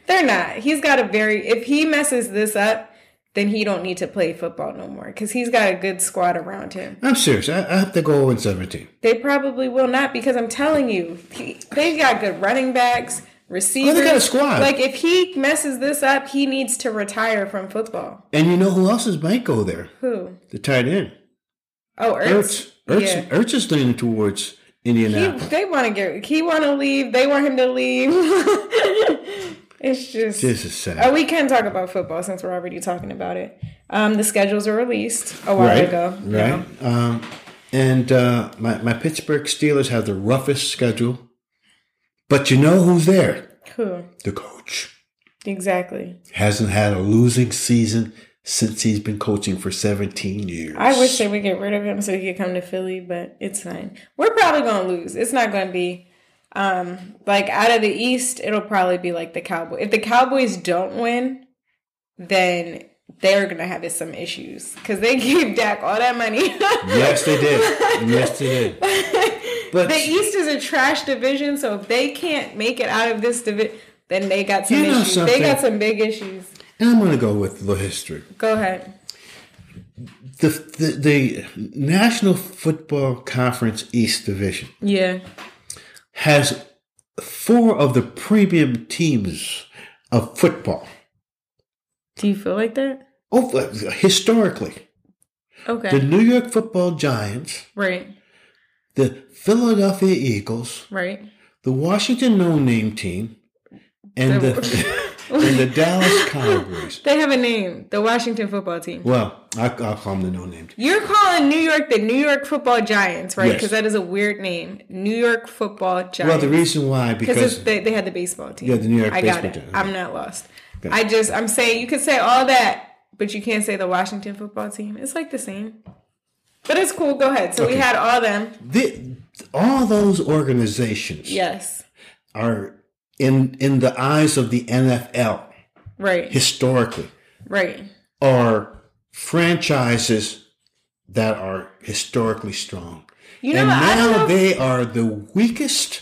[SPEAKER 1] They're not. He's got a very if he messes this up, then he don't need to play football no more because he's got a good squad around him.
[SPEAKER 2] I'm serious. I, I have to go 0 17.
[SPEAKER 1] They probably will not because I'm telling you, he, they've got good running backs, receivers.
[SPEAKER 2] Oh, got a squad.
[SPEAKER 1] Like if he messes this up, he needs to retire from football.
[SPEAKER 2] And you know who else is might go there?
[SPEAKER 1] Who?
[SPEAKER 2] The tight end.
[SPEAKER 1] Oh,
[SPEAKER 2] Ertz.
[SPEAKER 1] Ertz.
[SPEAKER 2] Ertz,
[SPEAKER 1] Yeah.
[SPEAKER 2] Ertz is leaning towards Indianapolis.
[SPEAKER 1] He, they want to get. He want to leave. They want him to leave. it's just.
[SPEAKER 2] this is sad.
[SPEAKER 1] Oh, we can talk about football since we're already talking about it. Um, the schedules were released a while
[SPEAKER 2] right.
[SPEAKER 1] ago. you know.
[SPEAKER 2] Right. Um, and uh, my, my Pittsburgh Steelers have the roughest schedule. But you know who's there?
[SPEAKER 1] Who?
[SPEAKER 2] The coach.
[SPEAKER 1] Exactly.
[SPEAKER 2] Hasn't had a losing season since he's been coaching for 17 years.
[SPEAKER 1] I wish they would get rid of him so he could come to Philly, but it's fine. We're probably gonna lose. It's not gonna be um like out of the East, it'll probably be like the Cowboys. If the Cowboys don't win, then they're gonna have some issues. Cause they gave Dak all that money.
[SPEAKER 2] Yes, they did. yes, they did. But
[SPEAKER 1] the East is a trash division, so if they can't make it out of this division, then they got some
[SPEAKER 2] You know
[SPEAKER 1] issues. They got
[SPEAKER 2] something?
[SPEAKER 1] some big issues.
[SPEAKER 2] and I'm going to go with the history.
[SPEAKER 1] Go ahead.
[SPEAKER 2] The, the the National Football Conference East Division
[SPEAKER 1] Yeah.
[SPEAKER 2] has four of the premium teams of football.
[SPEAKER 1] Do you feel like that?
[SPEAKER 2] Oh, historically, the
[SPEAKER 1] Okay.
[SPEAKER 2] New York Football Giants,
[SPEAKER 1] right.
[SPEAKER 2] the Philadelphia Eagles,
[SPEAKER 1] Right.
[SPEAKER 2] the Washington No Name Team, and the and the Dallas Cowboys.
[SPEAKER 1] They have a name, the Washington football team.
[SPEAKER 2] Well, I, I'll call them the No Name. Team.
[SPEAKER 1] You're calling New York the New York Football Giants, right?
[SPEAKER 2] Yes.
[SPEAKER 1] Because that is a weird name. New York Football
[SPEAKER 2] Well, the
[SPEAKER 1] Giants.
[SPEAKER 2] reason why
[SPEAKER 1] Because
[SPEAKER 2] because
[SPEAKER 1] they, they had the baseball team.
[SPEAKER 2] Yeah, the New York
[SPEAKER 1] I got
[SPEAKER 2] baseball
[SPEAKER 1] it.
[SPEAKER 2] team.
[SPEAKER 1] I'm not lost.
[SPEAKER 2] Okay.
[SPEAKER 1] I just, I'm saying, you could say all that, but you can't say the Washington football team. It's like the same. But it's cool. Go ahead. So we
[SPEAKER 2] Okay.
[SPEAKER 1] had all them.
[SPEAKER 2] the, all those organizations
[SPEAKER 1] Yes.
[SPEAKER 2] are in in the eyes of the NFL
[SPEAKER 1] Right.
[SPEAKER 2] historically
[SPEAKER 1] Right.
[SPEAKER 2] are franchises that are historically strong.
[SPEAKER 1] You know,
[SPEAKER 2] and
[SPEAKER 1] I don't know
[SPEAKER 2] now
[SPEAKER 1] if-
[SPEAKER 2] they are the weakest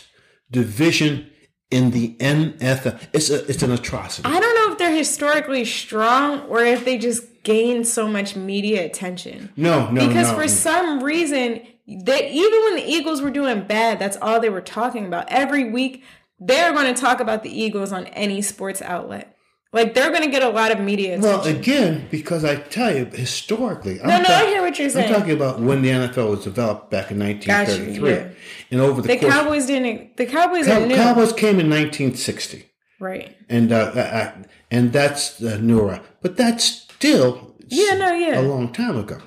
[SPEAKER 2] division in the NFL. It's a, it's an atrocity.
[SPEAKER 1] I don't know if they're historically strong or if they just gain so much media attention.
[SPEAKER 2] no, no,
[SPEAKER 1] Because
[SPEAKER 2] no.
[SPEAKER 1] for some reason, they, even when the Eagles were doing bad, that's all they were talking about. Every week, they're going to talk about the Eagles on any sports outlet. Like, they're going to get a lot of media attention.
[SPEAKER 2] well, again, because I tell you, historically, I'm
[SPEAKER 1] no, no,
[SPEAKER 2] talk-
[SPEAKER 1] I hear what you're
[SPEAKER 2] I'm
[SPEAKER 1] saying.
[SPEAKER 2] talking about when the NFL was developed back in 1933,
[SPEAKER 1] yeah.
[SPEAKER 2] and over the,
[SPEAKER 1] the
[SPEAKER 2] course,
[SPEAKER 1] Cowboys didn't. e, The Cowboys are
[SPEAKER 2] Cow-
[SPEAKER 1] new.
[SPEAKER 2] Cowboys came in 1960.
[SPEAKER 1] right.
[SPEAKER 2] and uh, uh, uh, and that's the Nura. But that's still
[SPEAKER 1] Yeah, no, yeah.
[SPEAKER 2] a long time ago.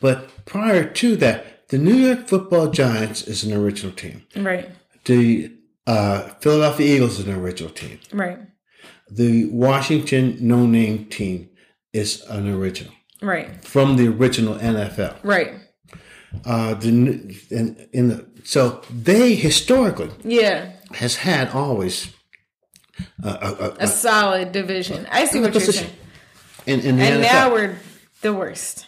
[SPEAKER 2] But prior to that, the New York Football Giants is an original team.
[SPEAKER 1] Right.
[SPEAKER 2] The uh, Philadelphia Eagles is an original team.
[SPEAKER 1] Right.
[SPEAKER 2] The Washington No Name team is an original
[SPEAKER 1] Right.
[SPEAKER 2] from the original NFL.
[SPEAKER 1] Right.
[SPEAKER 2] Uh, the n- and in the so they historically
[SPEAKER 1] Yeah.
[SPEAKER 2] has had always uh, a, a,
[SPEAKER 1] A solid division. I see
[SPEAKER 2] a
[SPEAKER 1] what you're
[SPEAKER 2] position
[SPEAKER 1] saying.
[SPEAKER 2] in, in the
[SPEAKER 1] And
[SPEAKER 2] NFL.
[SPEAKER 1] now we're the worst.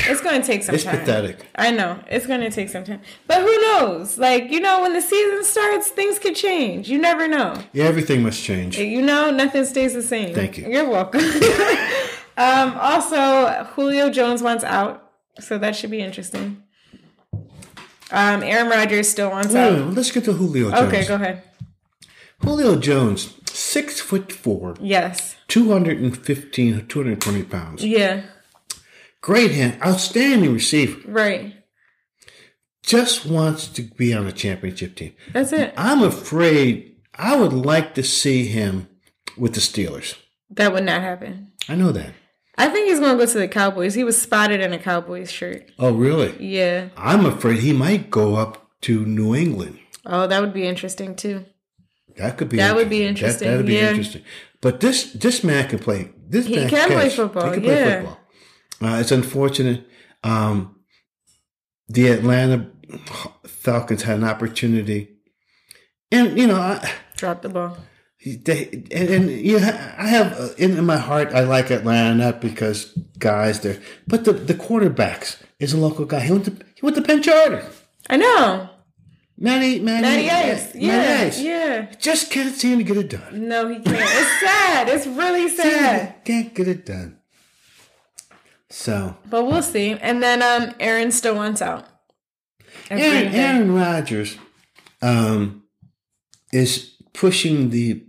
[SPEAKER 1] It's going to take some
[SPEAKER 2] It's
[SPEAKER 1] time.
[SPEAKER 2] pathetic.
[SPEAKER 1] I know. It's going to take some time. But who knows? Like, you know, when the season starts, things could change. You never know.
[SPEAKER 2] Yeah, everything must change.
[SPEAKER 1] You know, nothing stays the same.
[SPEAKER 2] Thank you.
[SPEAKER 1] You're welcome. um, also, Julio Jones wants out. So that should be interesting. Um, Aaron Rodgers still wants
[SPEAKER 2] Wait a
[SPEAKER 1] out.
[SPEAKER 2] minute, let's get to Julio Jones.
[SPEAKER 1] Okay, go ahead.
[SPEAKER 2] Julio Jones, six foot four,
[SPEAKER 1] Yes.
[SPEAKER 2] 215, 220 pounds.
[SPEAKER 1] Yeah.
[SPEAKER 2] Great hand, outstanding receiver.
[SPEAKER 1] Right.
[SPEAKER 2] Just wants to be on a championship team.
[SPEAKER 1] That's it.
[SPEAKER 2] I'm afraid I would like to see him with the Steelers.
[SPEAKER 1] That would not happen.
[SPEAKER 2] I know that.
[SPEAKER 1] I think he's going to go to the Cowboys. He was spotted in a Cowboys shirt.
[SPEAKER 2] Oh, really?
[SPEAKER 1] Yeah.
[SPEAKER 2] I'm afraid he might go up to New England.
[SPEAKER 1] Oh, that would be interesting too.
[SPEAKER 2] That could be
[SPEAKER 1] That would be interesting,
[SPEAKER 2] That would be
[SPEAKER 1] yeah.
[SPEAKER 2] interesting. But this this man can play. This
[SPEAKER 1] He
[SPEAKER 2] man
[SPEAKER 1] can play
[SPEAKER 2] catch.
[SPEAKER 1] football,
[SPEAKER 2] He can
[SPEAKER 1] yeah.
[SPEAKER 2] play football. Uh, it's unfortunate. Um, the Atlanta Falcons had an opportunity, and you know, I,
[SPEAKER 1] Drop the ball.
[SPEAKER 2] they, and, and you, ha- I have uh, in, in my heart, I like Atlanta not because guys there, but the the quarterbacks is a local guy. He went to he went to Penn Charter.
[SPEAKER 1] I know.
[SPEAKER 2] Matty, Matty,
[SPEAKER 1] Matty Ice.
[SPEAKER 2] Matty
[SPEAKER 1] Yeah.
[SPEAKER 2] Ice.
[SPEAKER 1] Yeah.
[SPEAKER 2] Just can't seem to get it done.
[SPEAKER 1] No, he can't. It's sad. It's really sad.
[SPEAKER 2] Can't get it done. So
[SPEAKER 1] But we'll see. And then um Aaron still wants out. At Green
[SPEAKER 2] Aaron,
[SPEAKER 1] Bay.
[SPEAKER 2] Aaron Rodgers um, is pushing the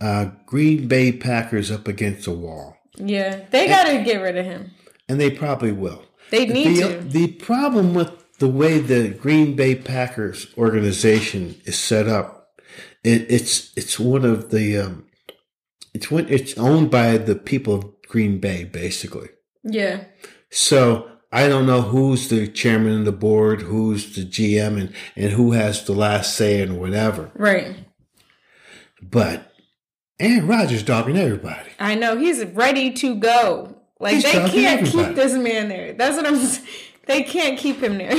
[SPEAKER 2] uh, Green Bay Packers up against a wall,
[SPEAKER 1] Yeah. They gotta get rid of him.
[SPEAKER 2] and they probably will.
[SPEAKER 1] They need
[SPEAKER 2] the,
[SPEAKER 1] to.
[SPEAKER 2] The problem with the way the Green Bay Packers organization is set up, it, it's it's one of the um, it's one, it's owned by the people of Green Bay, basically.
[SPEAKER 1] Yeah.
[SPEAKER 2] So I don't know who's the chairman of the board, who's the GM, and, and who has the last say and whatever.
[SPEAKER 1] Right.
[SPEAKER 2] But Aaron Rodgers dogging everybody.
[SPEAKER 1] I know he's ready to go. Like
[SPEAKER 2] He's
[SPEAKER 1] they
[SPEAKER 2] talking to
[SPEAKER 1] can't
[SPEAKER 2] everybody.
[SPEAKER 1] keep this man there. That's what I'm. s- They can't keep him there.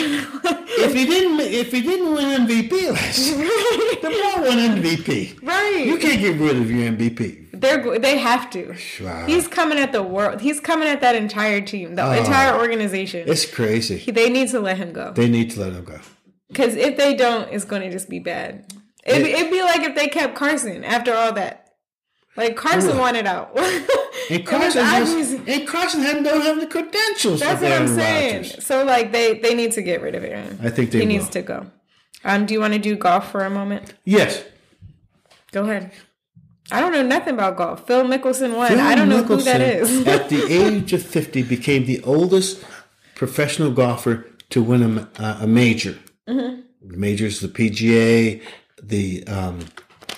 [SPEAKER 2] If he didn't, if he didn't win MVP last, year, the ball won MVP.
[SPEAKER 1] right.
[SPEAKER 2] You can't get rid of your MVP.
[SPEAKER 1] They're go- they have to.
[SPEAKER 2] Wow.
[SPEAKER 1] He's coming at the world. He's coming at that entire team, the entire organization.
[SPEAKER 2] Oh. It's crazy.
[SPEAKER 1] They need to let him go.
[SPEAKER 2] They need to let him go.
[SPEAKER 1] Because if they don't, it's going to just be bad. It'd, be- it'd be like if they kept Carson after all that. Like Carson
[SPEAKER 2] Ooh.
[SPEAKER 1] wanted out.
[SPEAKER 2] And
[SPEAKER 1] It was
[SPEAKER 2] Carson, has,
[SPEAKER 1] obvious.
[SPEAKER 2] and Carson had, don't have the credentials.
[SPEAKER 1] That's
[SPEAKER 2] of
[SPEAKER 1] what I'm
[SPEAKER 2] Aaron
[SPEAKER 1] saying.
[SPEAKER 2] Rodgers.
[SPEAKER 1] So like they they need to get rid of Aaron.
[SPEAKER 2] I think
[SPEAKER 1] he
[SPEAKER 2] they will.
[SPEAKER 1] needs to go. Um, do you want to do golf for a moment?
[SPEAKER 2] Yes.
[SPEAKER 1] Go ahead. I don't know nothing about golf. Phil Mickelson won. I don't know who that
[SPEAKER 2] Mickelson,
[SPEAKER 1] is.
[SPEAKER 2] at the age of 50, became the oldest professional golfer to win a, uh, a major.
[SPEAKER 1] Mm-hmm.
[SPEAKER 2] The majors, the PGA, the, um,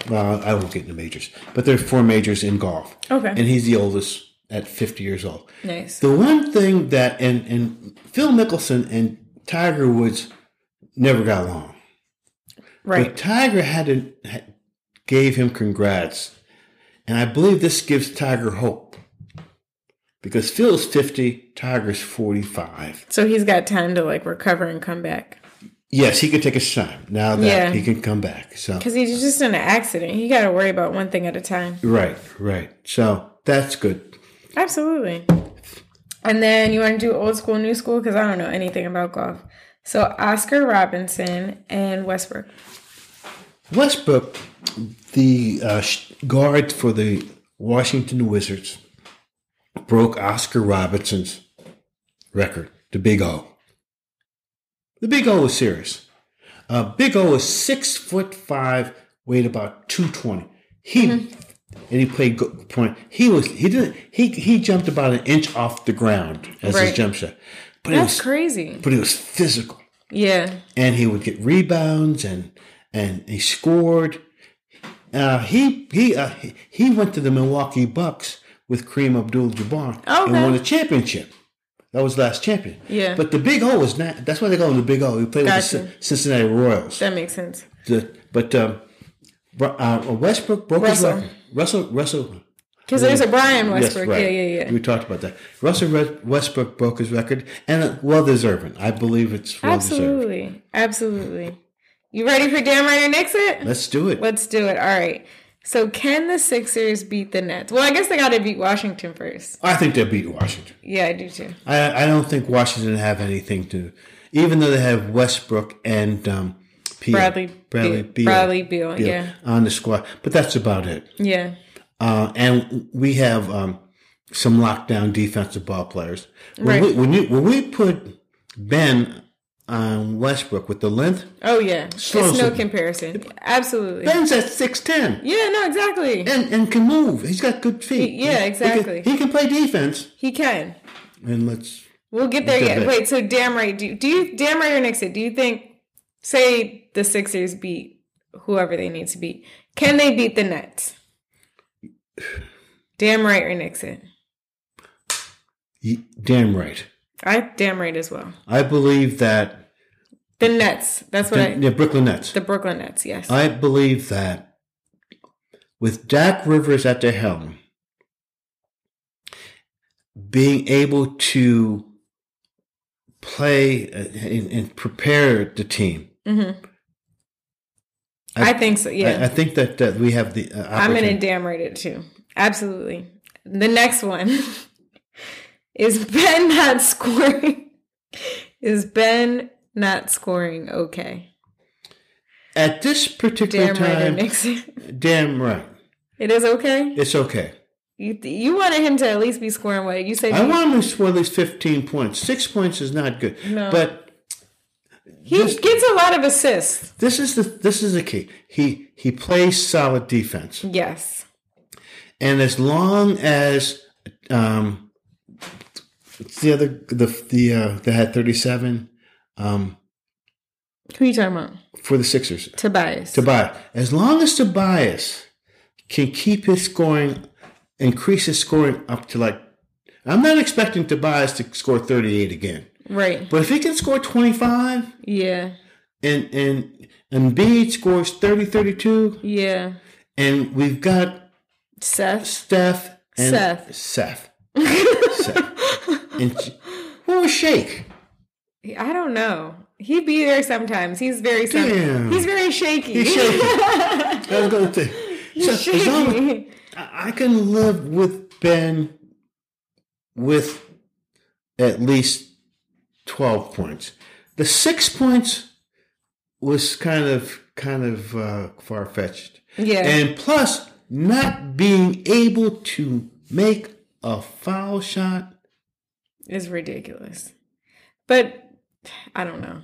[SPEAKER 2] well, I won't get into majors, but there are four majors in golf.
[SPEAKER 1] Okay.
[SPEAKER 2] And he's the oldest at 50 years old.
[SPEAKER 1] nice.
[SPEAKER 2] The one thing that, and, and Phil Mickelson and Tiger Woods never got along.
[SPEAKER 1] Right.
[SPEAKER 2] But Tiger had a, had- gave him congrats, and I believe this gives Tiger hope because Phil's fifty, Tiger's forty-five.
[SPEAKER 1] So he's got time to like recover and come back.
[SPEAKER 2] Yes, he could take his time now that
[SPEAKER 1] Yeah.
[SPEAKER 2] he can come back. So
[SPEAKER 1] Because he's just in an accident. You got to worry about one thing at a time.
[SPEAKER 2] right, right. So that's good.
[SPEAKER 1] Absolutely. And then you want to do old school, new school? Because I don't know anything about golf. So Oscar Robinson and Westbrook.
[SPEAKER 2] Westbrook, the uh, sh- guard for the Washington Wizards, broke Oscar Robinson's record, the Big O. The Big O is serious. Uh, Big O is six foot five, weighed about two twenty. He
[SPEAKER 1] Mm-hmm.
[SPEAKER 2] and he played go- point. He was he didn't he he jumped about an inch off the ground as his
[SPEAKER 1] Right.
[SPEAKER 2] jump shot, but it
[SPEAKER 1] That's
[SPEAKER 2] was
[SPEAKER 1] crazy.
[SPEAKER 2] but it was physical
[SPEAKER 1] Yeah.
[SPEAKER 2] and he would get rebounds and and he scored. Uh, he he uh, he- he went to the Milwaukee Bucks with Kareem Abdul-Jabbar and
[SPEAKER 1] Okay.
[SPEAKER 2] won a championship. That was last champion.
[SPEAKER 1] Yeah.
[SPEAKER 2] But the Big O was not. That's why they call him the Big O. He played with
[SPEAKER 1] Gotcha.
[SPEAKER 2] the Cin- Cincinnati Royals.
[SPEAKER 1] That makes sense.
[SPEAKER 2] The- but um, Bru- uh, Westbrook broke
[SPEAKER 1] Russell.
[SPEAKER 2] his record. Russell Russell
[SPEAKER 1] Because there's a Brian Westbrook.
[SPEAKER 2] right.
[SPEAKER 1] Yeah, yeah, yeah.
[SPEAKER 2] We talked about that. Russell Re- Westbrook broke his record, and uh, well deserving. I believe it's well deserved.
[SPEAKER 1] Absolutely. Absolutely. You ready for Damn Right or Nix It?
[SPEAKER 2] Let's do it.
[SPEAKER 1] Let's do it. All right. So can the Sixers beat the Nets? Well, I guess they got to beat Washington first.
[SPEAKER 2] I think they'll beat Washington.
[SPEAKER 1] Yeah, I do too.
[SPEAKER 2] I, I don't think Washington have anything to, even though they have Westbrook and um, Beal,
[SPEAKER 1] Bradley
[SPEAKER 2] Bradley
[SPEAKER 1] Beal- Bradley Beal, yeah.
[SPEAKER 2] on the squad, but that's about it.
[SPEAKER 1] Yeah.
[SPEAKER 2] Uh, and we have um, some lockdown defensive ball players. When,
[SPEAKER 1] Right.
[SPEAKER 2] we, when, you, when we put Ben on Westbrook with the length,
[SPEAKER 1] Oh, yeah.
[SPEAKER 2] Slows
[SPEAKER 1] it's no
[SPEAKER 2] it.
[SPEAKER 1] comparison. Absolutely.
[SPEAKER 2] Ben's at six ten.
[SPEAKER 1] Yeah, no, exactly.
[SPEAKER 2] And, and can move. He's got good feet.
[SPEAKER 1] He- yeah,
[SPEAKER 2] He can-
[SPEAKER 1] exactly.
[SPEAKER 2] He can, play defense.
[SPEAKER 1] He can.
[SPEAKER 2] And let's
[SPEAKER 1] We'll get there
[SPEAKER 2] Get
[SPEAKER 1] yet.
[SPEAKER 2] there.
[SPEAKER 1] Wait, so damn right. Do, do you damn right or nix it? Do you think say the Sixers beat whoever they need to beat? Can they beat the Nets? Damn right or nix it.
[SPEAKER 2] y- damn right.
[SPEAKER 1] I damn right as well.
[SPEAKER 2] I believe that
[SPEAKER 1] The Nets. That's what I
[SPEAKER 2] the Brooklyn Nets.
[SPEAKER 1] the Brooklyn Nets, yes.
[SPEAKER 2] I believe that with Dak Rivers at the helm, being able to play uh, and, and prepare the team,
[SPEAKER 1] hmm I,
[SPEAKER 2] I-
[SPEAKER 1] think so, yeah.
[SPEAKER 2] I, I think that, that we have the uh,
[SPEAKER 1] I'm gonna
[SPEAKER 2] opportunity.
[SPEAKER 1] damn right it too. Absolutely. The next one is Ben not scoring. Is Ben not scoring okay?
[SPEAKER 2] At this particular
[SPEAKER 1] Damn right, it
[SPEAKER 2] time,
[SPEAKER 1] makes it.
[SPEAKER 2] damn right,
[SPEAKER 1] It is okay.
[SPEAKER 2] it's okay.
[SPEAKER 1] You you wanted him to at least be scoring well. You said
[SPEAKER 2] I
[SPEAKER 1] he,
[SPEAKER 2] want him to score at least 15 points. Six points is not good.
[SPEAKER 1] No.
[SPEAKER 2] But
[SPEAKER 1] he
[SPEAKER 2] this-
[SPEAKER 1] gets a lot of assists.
[SPEAKER 2] this is the this is the key. He he plays solid defense,
[SPEAKER 1] Yes.
[SPEAKER 2] and as long as um, it's the other the the uh, that had 37 um,
[SPEAKER 1] Who you talking about?
[SPEAKER 2] for the Sixers,
[SPEAKER 1] Tobias.
[SPEAKER 2] Tobias. As long as Tobias can keep his scoring, increase his scoring up to like. I'm not expecting Tobias to score 38 again,
[SPEAKER 1] right.
[SPEAKER 2] but if he can score 25,
[SPEAKER 1] Yeah.
[SPEAKER 2] and and Embiid scores 30 32
[SPEAKER 1] Yeah.
[SPEAKER 2] and we've got
[SPEAKER 1] Seth.
[SPEAKER 2] Steph and
[SPEAKER 1] Seth.
[SPEAKER 2] Seth. Seth. And she- who will shake?
[SPEAKER 1] I don't know. He be there sometimes. He's very some-
[SPEAKER 2] Damn.
[SPEAKER 1] he's very shaky.
[SPEAKER 2] He's shaking. I was going to
[SPEAKER 1] He's
[SPEAKER 2] so, as long
[SPEAKER 1] shaky.
[SPEAKER 2] I I can live with Ben with at least 12 points. The 6 points was kind of kind of uh, far fetched.
[SPEAKER 1] Yeah.
[SPEAKER 2] And plus, not being able to make a foul shot.
[SPEAKER 1] is ridiculous. But I don't know.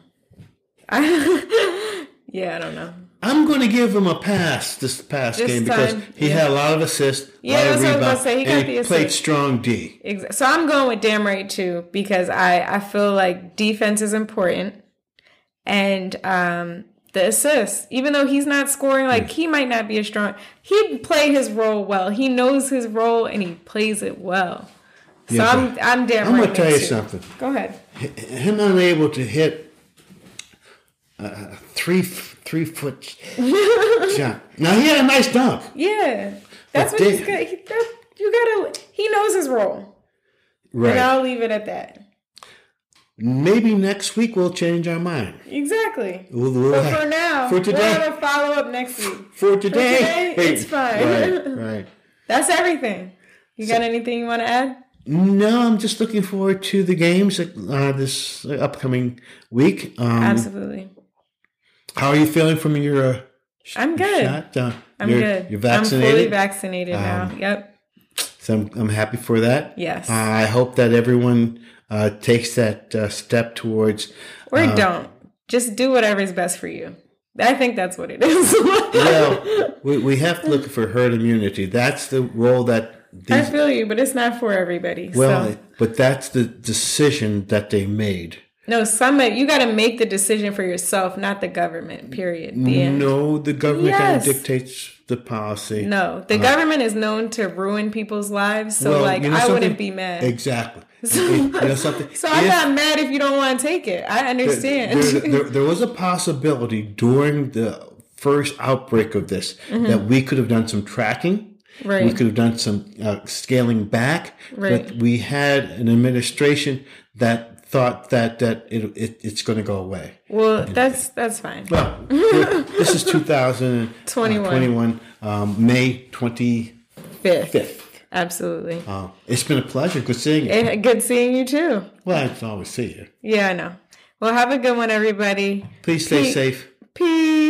[SPEAKER 1] I, yeah, I don't know.
[SPEAKER 2] I'm going to give him a pass this past
[SPEAKER 1] This
[SPEAKER 2] game because
[SPEAKER 1] time,
[SPEAKER 2] he
[SPEAKER 1] yeah.
[SPEAKER 2] had a lot of assists,
[SPEAKER 1] Yeah,
[SPEAKER 2] a lot of
[SPEAKER 1] that's what I was about to
[SPEAKER 2] rebounds,
[SPEAKER 1] say. He
[SPEAKER 2] and
[SPEAKER 1] got
[SPEAKER 2] he
[SPEAKER 1] the
[SPEAKER 2] played
[SPEAKER 1] assist.
[SPEAKER 2] strong D.
[SPEAKER 1] Exa- So I'm going with damn right too because I I feel like defense is important and um the assists even though he's not scoring like he might not be a strong he played his role well he knows his role and he plays it well so
[SPEAKER 2] Yeah,
[SPEAKER 1] I'm I'm damn
[SPEAKER 2] I'm
[SPEAKER 1] right
[SPEAKER 2] going to tell you
[SPEAKER 1] too.
[SPEAKER 2] something.
[SPEAKER 1] go ahead
[SPEAKER 2] Him unable to hit a three three foot shot. Now he had a nice dunk.
[SPEAKER 1] yeah that's
[SPEAKER 2] But
[SPEAKER 1] what he's
[SPEAKER 2] damn.
[SPEAKER 1] good he, that, you gotta he knows his role
[SPEAKER 2] Right.
[SPEAKER 1] and I'll leave it at that
[SPEAKER 2] Maybe next week we'll change our mind.
[SPEAKER 1] exactly
[SPEAKER 2] We'll- we'll
[SPEAKER 1] but
[SPEAKER 2] have-
[SPEAKER 1] for now
[SPEAKER 2] for today,
[SPEAKER 1] we'll have a follow up next week
[SPEAKER 2] for today,
[SPEAKER 1] today, it's fine.
[SPEAKER 2] Right, right.
[SPEAKER 1] That's everything. You got anything you want to add?
[SPEAKER 2] Mm-hmm. No, I'm just looking forward to the games uh, this upcoming week. Um,
[SPEAKER 1] Absolutely.
[SPEAKER 2] How are you feeling from your uh, sh-
[SPEAKER 1] I'm good.
[SPEAKER 2] shot? Uh,
[SPEAKER 1] I'm
[SPEAKER 2] you're,
[SPEAKER 1] good.
[SPEAKER 2] You're
[SPEAKER 1] I'm fully
[SPEAKER 2] vaccinated, Um,
[SPEAKER 1] vaccinated now. Yep.
[SPEAKER 2] so I'm, I'm happy for that.
[SPEAKER 1] Yes.
[SPEAKER 2] I hope that everyone uh, takes that uh, step towards.
[SPEAKER 1] or
[SPEAKER 2] uh,
[SPEAKER 1] don't. Just do whatever is best for you. I think that's what it is.
[SPEAKER 2] Well, we, we have to look for herd immunity. That's the role that
[SPEAKER 1] I
[SPEAKER 2] these.
[SPEAKER 1] feel you, but it's not for everybody.
[SPEAKER 2] Well,
[SPEAKER 1] so
[SPEAKER 2] but that's the decision that they made.
[SPEAKER 1] no, some you got to make the decision for yourself, not the government. Period. The end.
[SPEAKER 2] No, the government kind
[SPEAKER 1] Yes.
[SPEAKER 2] of dictates the policy.
[SPEAKER 1] No, the government is known to ruin people's lives, so
[SPEAKER 2] Uh-huh. Well,
[SPEAKER 1] like
[SPEAKER 2] you know
[SPEAKER 1] I
[SPEAKER 2] something?
[SPEAKER 1] wouldn't be mad.
[SPEAKER 2] Exactly. you know something?
[SPEAKER 1] so I'm
[SPEAKER 2] If-
[SPEAKER 1] not mad if you don't want to take it. I understand.
[SPEAKER 2] There, there, there was a possibility during the first outbreak of this that we could have done some tracking.
[SPEAKER 1] Mm-hmm. Right.
[SPEAKER 2] We could have done some uh, scaling back. But
[SPEAKER 1] Right.
[SPEAKER 2] we had an administration that thought that that it, it it's going to go away.
[SPEAKER 1] well, that's that's fine.
[SPEAKER 2] Well, this is 2021,
[SPEAKER 1] 21.
[SPEAKER 2] um, May 25th.
[SPEAKER 1] Fifth. Absolutely.
[SPEAKER 2] Uh, it's been a pleasure. Good seeing you.
[SPEAKER 1] Eh, Good seeing you too.
[SPEAKER 2] Well, I can always see you.
[SPEAKER 1] Yeah, I know. Well, have a good one, everybody.
[SPEAKER 2] Please stay
[SPEAKER 1] Pete.
[SPEAKER 2] safe.
[SPEAKER 1] Peace.